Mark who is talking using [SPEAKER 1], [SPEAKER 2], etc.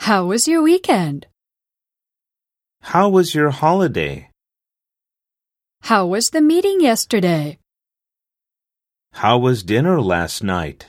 [SPEAKER 1] How was your weekend?
[SPEAKER 2] How was your holiday?
[SPEAKER 1] How was the meeting yesterday?
[SPEAKER 2] How was dinner last night?